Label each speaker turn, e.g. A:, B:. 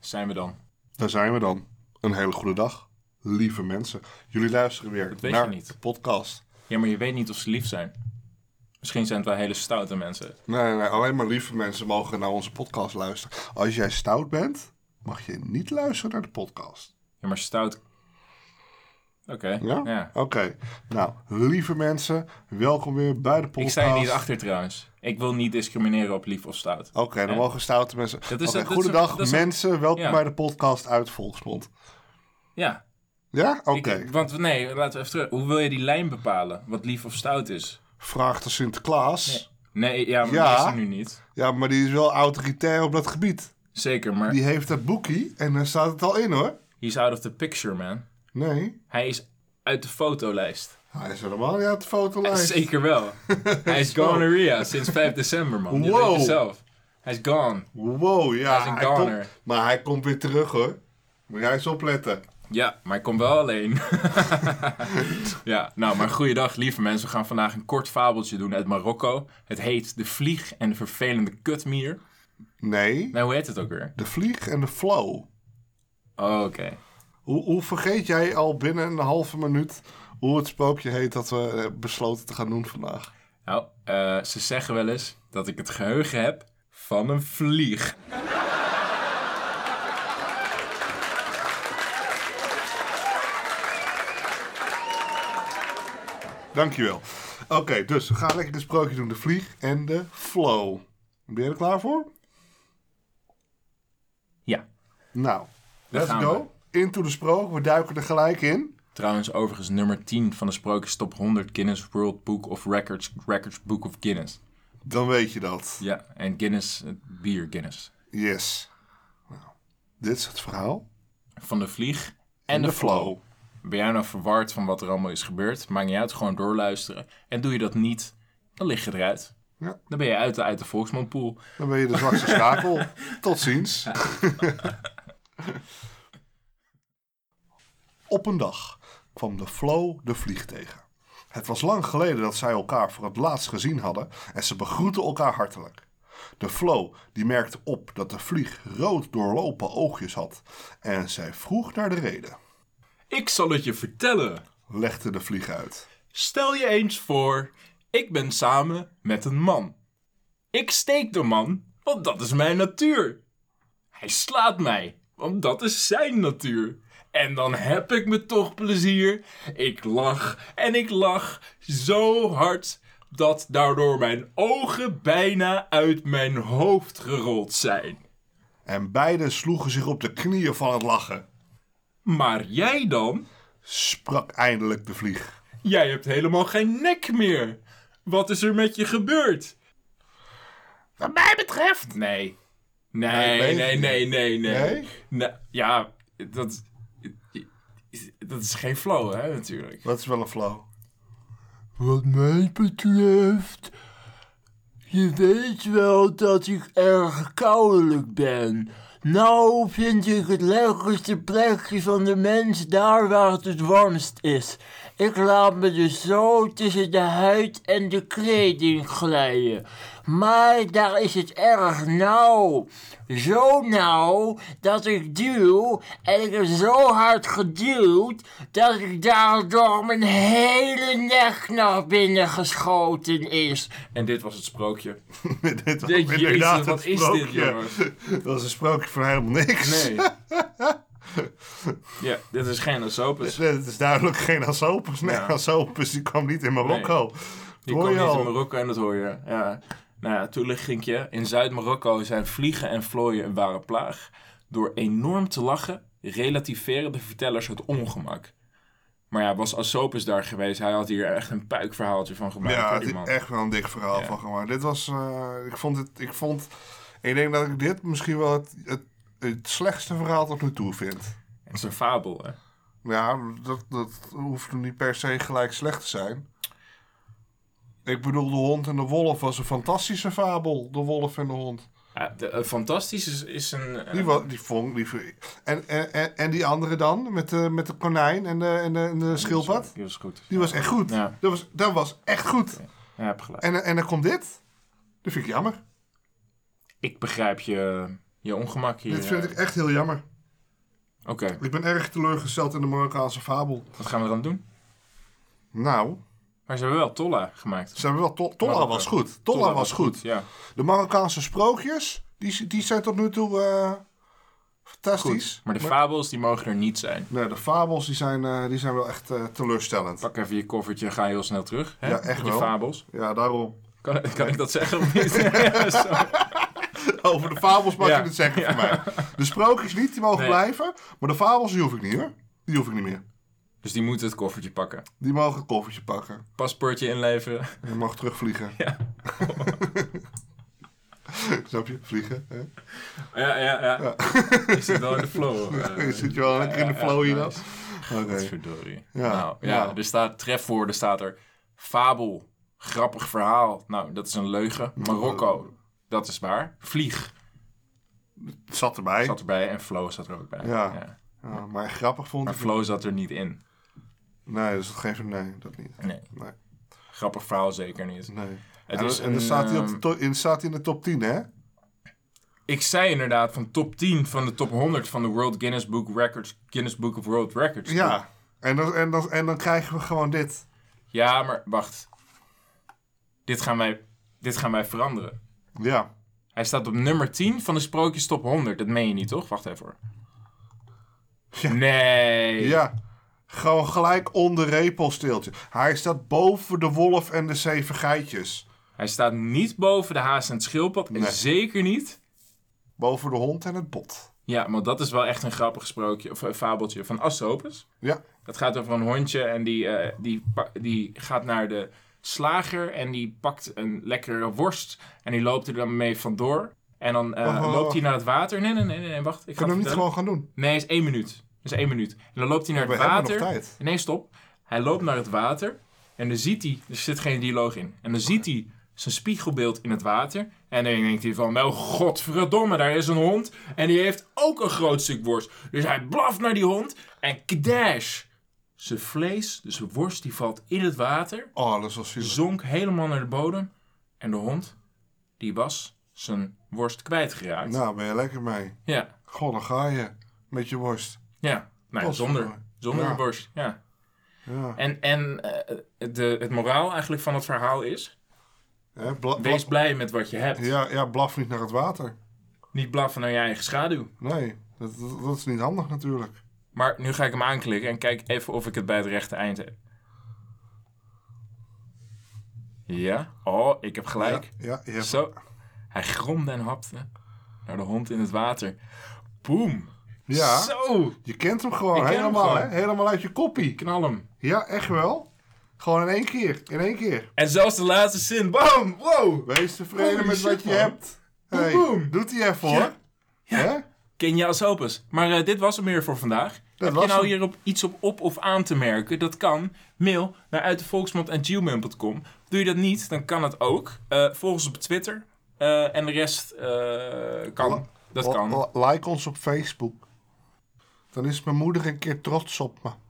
A: Zijn we dan?
B: Daar zijn we dan. Een hele goede dag, lieve mensen. Jullie luisteren weer
A: weet je
B: naar
A: niet.
B: de podcast.
A: Ja, maar je weet niet of ze lief zijn. Misschien zijn het wel hele stoute mensen.
B: Nee, nee, nee, alleen maar lieve mensen mogen naar onze podcast luisteren. Als jij stout bent, mag je niet luisteren naar de podcast.
A: Ja, maar stout. Oké.
B: Ja?
A: Ja?
B: Oké. Nou, lieve mensen, welkom weer bij de
A: Ik
B: podcast.
A: sta er niet achter trouwens. Ik wil niet discrimineren op lief of stout.
B: Oké,
A: Ja.
B: dan mogen stoute mensen.
A: Dat is-
B: Oké,
A: dat is-
B: goedendag
A: dat is-
B: mensen, welkom
A: ja.
B: bij de podcast uit Volksmond.
A: Ja.
B: Ja? Oké.
A: ik- want nee, laten we even terug. Hoe wil je die lijn bepalen? Wat lief of stout is?
B: Vraag de Sinterklaas.
A: Nee, ja, maar
B: Ja.
A: die is er nu niet.
B: Ja, maar die is wel autoritair op dat gebied.
A: Zeker, maar
B: Die heeft dat boekie en daar staat het al in hoor.
A: he's out of the picture, man.
B: Nee,
A: Hij is uit de fotolijst.
B: hij is helemaal niet uit de fotolijst.
A: Zeker wel. Hij is gonorrhea sinds 5 december, man. Je
B: Wow.
A: weet het zelf. Hij is gone.
B: Wow, ja.
A: Hij is een
B: hij
A: goner.
B: komt- maar hij komt weer terug hoor. Moet jij eens opletten.
A: Ja, maar ik kom wel alleen. ja, nou, maar goeiedag, lieve mensen. We gaan vandaag een kort fabeltje doen uit Marokko. Het heet De Vlieg en de Vervelende Kutmier.
B: Nee,
A: Nou, hoe heet het ook weer?
B: de vlieg en de flow.
A: Oh, oké.
B: Hoe, hoe vergeet jij al binnen een halve minuut hoe het spookje heet dat we eh, besloten te gaan doen vandaag?
A: Nou, eh, ze zeggen wel eens dat ik het geheugen heb van een vlieg.
B: Dankjewel. Oké, dus we gaan lekker een sprookje doen. De vlieg en de flow. Ben je er klaar voor?
A: Ja.
B: Nou, let's
A: gaan
B: go. Into de sprook. We duiken er gelijk in.
A: Trouwens, overigens nummer 10 van de sprookjes top 100 Guinness World Book of Records, Records Book of Guinness.
B: Dan weet je dat.
A: Ja, en Guinness, het bier Guinness.
B: Yes. Nou, dit is het verhaal.
A: Van de vlieg en de, flow. Ben jij nou verward van wat er allemaal is gebeurd? Maakt niet uit, gewoon doorluisteren. En doe je dat niet, dan lig je eruit.
B: Ja.
A: Dan ben je uit de, uit de Volksmondpool.
B: Dan ben je de zwakste schakel. Tot ziens. Op een dag kwam de Flo de vlieg tegen. Het was lang geleden dat zij elkaar voor het laatst gezien hadden en ze begroetten elkaar hartelijk. De Flo die merkte op dat de vlieg rood doorlopen oogjes had en zij vroeg naar de reden,
A: Ik zal het je vertellen.
B: legde de vlieg uit.
A: Stel je eens voor, ik ben samen met een man. Ik steek de man, want dat is mijn natuur. Hij slaat mij, want dat is zijn natuur. En dan heb ik me toch plezier. Ik lach en ik lach zo hard dat daardoor mijn ogen bijna uit mijn hoofd gerold zijn.
B: En beiden sloegen zich op de knieën van het lachen,
A: Maar jij dan?
B: sprak eindelijk de vlieg.
A: Jij hebt helemaal geen nek meer. Wat is er met je gebeurd?
B: Wat mij betreft, Nou,
A: Nee.
B: ik
A: Nee,
B: weet
A: nee,
B: het
A: nee, nee, nee.
B: Nee?
A: Nee, ja, dat, dat is geen flow, hè, natuurlijk.
B: dat is wel een flow.
C: Wat mij betreft, je weet wel dat ik erg koudelijk ben. Nou vind ik het lekkerste plekje van de mens daar waar het het warmst is. Ik laat me dus zo tussen de huid en de kleding glijden. Maar daar is het erg nauw. Zo nauw dat ik duw en ik heb zo hard geduwd dat ik daardoor mijn hele nek naar binnen geschoten is.
A: En dit was het sprookje.
B: dit was
A: Jezus,
B: inderdaad
A: wat
B: een
A: is dit,
B: sprookje.
A: jongens?
B: dat was een sprookje van helemaal niks.
A: Nee. ja, dit is geen Asopus.
B: Nee, Het is duidelijk geen Asopus. Nee,
A: Ja.
B: Asopus die kwam niet in Marokko.
A: Je
B: Hoor
A: komt
B: je
A: niet
B: al.
A: in Marokko en dat hoor je. Ja. Nou ja, toelichtingje. In Zuid-Marokko zijn vliegen en vlooien een ware plaag. Door enorm te lachen relativeren de vertellers het ongemak. Maar ja, was Asopus daar geweest, hij had hier echt een puikverhaaltje van gemaakt.
B: ja,
A: hoor,
B: het
A: die
B: is
A: man.
B: echt wel een dik verhaal
A: Ja.
B: van gemaakt. Dit was, eh, ik vond het, ik vond, ik denk dat ik dit misschien wel het, het, het slechtste verhaal tot nu toe vind.
A: Het is een fabel, hè.
B: Ja, dat, dat hoeft niet per se gelijk slecht te zijn. Ik bedoel, de hond en de wolf was een fantastische fabel. De wolf en de hond.
A: Ja, de, eh, fantastisch is, is een. eh,
B: Die, wa- die vond die, en, en, en, en die andere dan, met de, met de konijn en de, en de, en de schildpad.
A: Die was goed.
B: Die was echt goed.
A: Ja.
B: Dat, was, dat was echt goed.
A: Ja, heb gelijk.
B: En, en dan komt dit. Dat vind ik jammer.
A: Ik begrijp je, je Je ongemak hier.
B: Dit vind
A: eh.
B: ik echt heel jammer.
A: Oké,
B: Ik ben erg teleurgesteld in de Marokkaanse fabel.
A: wat gaan we dan doen?
B: Nou,
A: Maar ze hebben wel Tolla gemaakt.
B: ze hebben wel... To- Tolla
A: Marokko.
B: was goed. Tolla was goed.
A: Ja,
B: De Marokkaanse sprookjes, die, die zijn tot nu toe eh, fantastisch.
A: goed. Maar de fabels, die mogen er niet zijn.
B: Nee, de fabels die zijn, eh, die zijn wel echt eh, teleurstellend.
A: Pak even je koffertje en ga heel snel terug. Hè?
B: Ja, echt
A: Je
B: wel.
A: fabels.
B: Ja, daarom.
A: Kan, kan ik dat zeggen of niet? Ja, sorry.
B: Over de fabels mag
A: Ja.
B: je het zeggen voor mij. De sprookjes niet, die mogen
A: Nee.
B: blijven. Maar de fabels, die hoef ik niet hoor. Die hoef ik niet meer.
A: dus die moeten het koffertje pakken.
B: Die mogen het koffertje pakken.
A: Paspoortje inleveren.
B: Je mag terugvliegen.
A: Ja.
B: Snap je? Vliegen. Hè?
A: Ja, ja, ja. Je zit wel in de flow. eh.
B: Je zit je wel lekker in de flow hier dan. Oké.
A: Verdorie.
B: Ja,
A: nou, ja,
B: ja.
A: er staat trefwoorden, staat er fabel, grappig verhaal. Nou, dat is een leugen. Marokko, dat is waar. Vlieg
B: Het zat erbij.
A: dus- zat erbij en flow zat er ook bij.
B: Ja. Ja, maar grappig vond
A: Maar
B: ik.
A: flow zat er niet in.
B: Nee, dus dat geeft nee, dat niet.
A: Nee.
B: Nee.
A: Grappig verhaal zeker niet.
B: Nee.
A: Het
B: en
A: is
B: en dan
A: een,
B: staat hij op
A: ehm,
B: de to- in, staat hij in de top 10, hè?
A: Ik zei inderdaad van top 10 van de top 100 van de World Guinness Book Records, Guinness Book of World Records.
B: Ja. En dan, en, dan, en dan krijgen we gewoon dit.
A: Ja, maar wacht. Dit gaan wij, dit gaan wij veranderen.
B: Ja.
A: Hij staat op nummer 10 van de sprookjes top 100. Dat meen je niet, toch? Wacht even hoor. Nee.
B: Ja, gewoon gelijk onder repelsteeltje. Hij staat boven de wolf en de zeven geitjes.
A: Hij staat niet boven de haas en het schildpad. En
B: Nee.
A: zeker niet.
B: Boven de hond en het bot.
A: Ja, maar dat is wel echt een grappig sprookje of een fabeltje van Asopus.
B: Ja,
A: Dat gaat over een hondje en die, eh, die, pa- die gaat naar de slager en die pakt een lekkere worst. En die loopt er dan mee vandoor. En dan eh,
B: Oh, oh, oh.
A: loopt hij naar het water. Nee, nee, nee, nee, nee, wacht. Ik ga
B: kunnen we
A: het
B: hem niet
A: vertellen.
B: gewoon gaan doen?
A: Nee, is één minuut. Dat is één minuut. En dan loopt hij naar
B: We
A: het
B: hebben nog
A: water.
B: tijd.
A: Nee, stop. Hij loopt naar het water en dan ziet hij, er zit geen dialoog in. En dan ziet hij zijn spiegelbeeld in het water. En dan denkt hij van, nou godverdomme, daar is een hond. En die heeft ook een groot stuk worst. Dus hij blaft naar die hond en kdash. Zijn vlees, dus zijn worst, die valt in het water.
B: Oh, dat is wel zielig.
A: Zonk helemaal naar de bodem. En de hond, die was zijn worst kwijtgeraakt.
B: Nou, ben je lekker mee.
A: Ja,
B: Goh, dan ga je. Met je worst.
A: ja. Nou, ja, zonder, zonder
B: Ja.
A: de borst, ja.
B: Ja.
A: En, en eh, de, het moraal eigenlijk van het verhaal is...
B: Hè, bla-
A: Wees
B: bla-
A: blij met wat je hebt.
B: ja, ja, blaf niet naar het water.
A: Niet blaffen naar je eigen schaduw.
B: Nee, dat, dat, dat is niet handig natuurlijk.
A: Maar nu ga ik hem aanklikken en kijk even of ik het bij het rechte eind heb. Ja. Oh, ik heb
B: Ja,
A: gelijk.
B: ja, je hebt-
A: Zo. Hij gromde en hapte naar de hond in het water. Boem.
B: ja.
A: Zo.
B: je kent hem gewoon
A: Ik ken hem
B: helemaal,
A: gewoon.
B: hè? Helemaal uit je koppie.
A: Knal hem.
B: Ja, echt wel. Gewoon in één keer. In één keer.
A: En zelfs de laatste zin. Bam. Wow.
B: Wees tevreden
A: Holy
B: met
A: shit,
B: wat je
A: man.
B: hebt.
A: Boem,
B: Hey,
A: boem.
B: Doet hij even hoor.
A: Ja.
B: Hè?
A: Ken je als hopus. Maar eh, dit was hem weer voor vandaag. Heb
B: was
A: je nou
B: hem.
A: hierop iets op op of aan te merken? Dat kan. Mail naar uitdevolksmond.gmail.com. Doe je dat niet, dan kan het ook. Eh volg ons op Twitter. Eh, en de rest eh, kan. Dat
B: La-
A: kan.
B: la- Like ons op Facebook. Dan is mijn moeder een keer trots op me.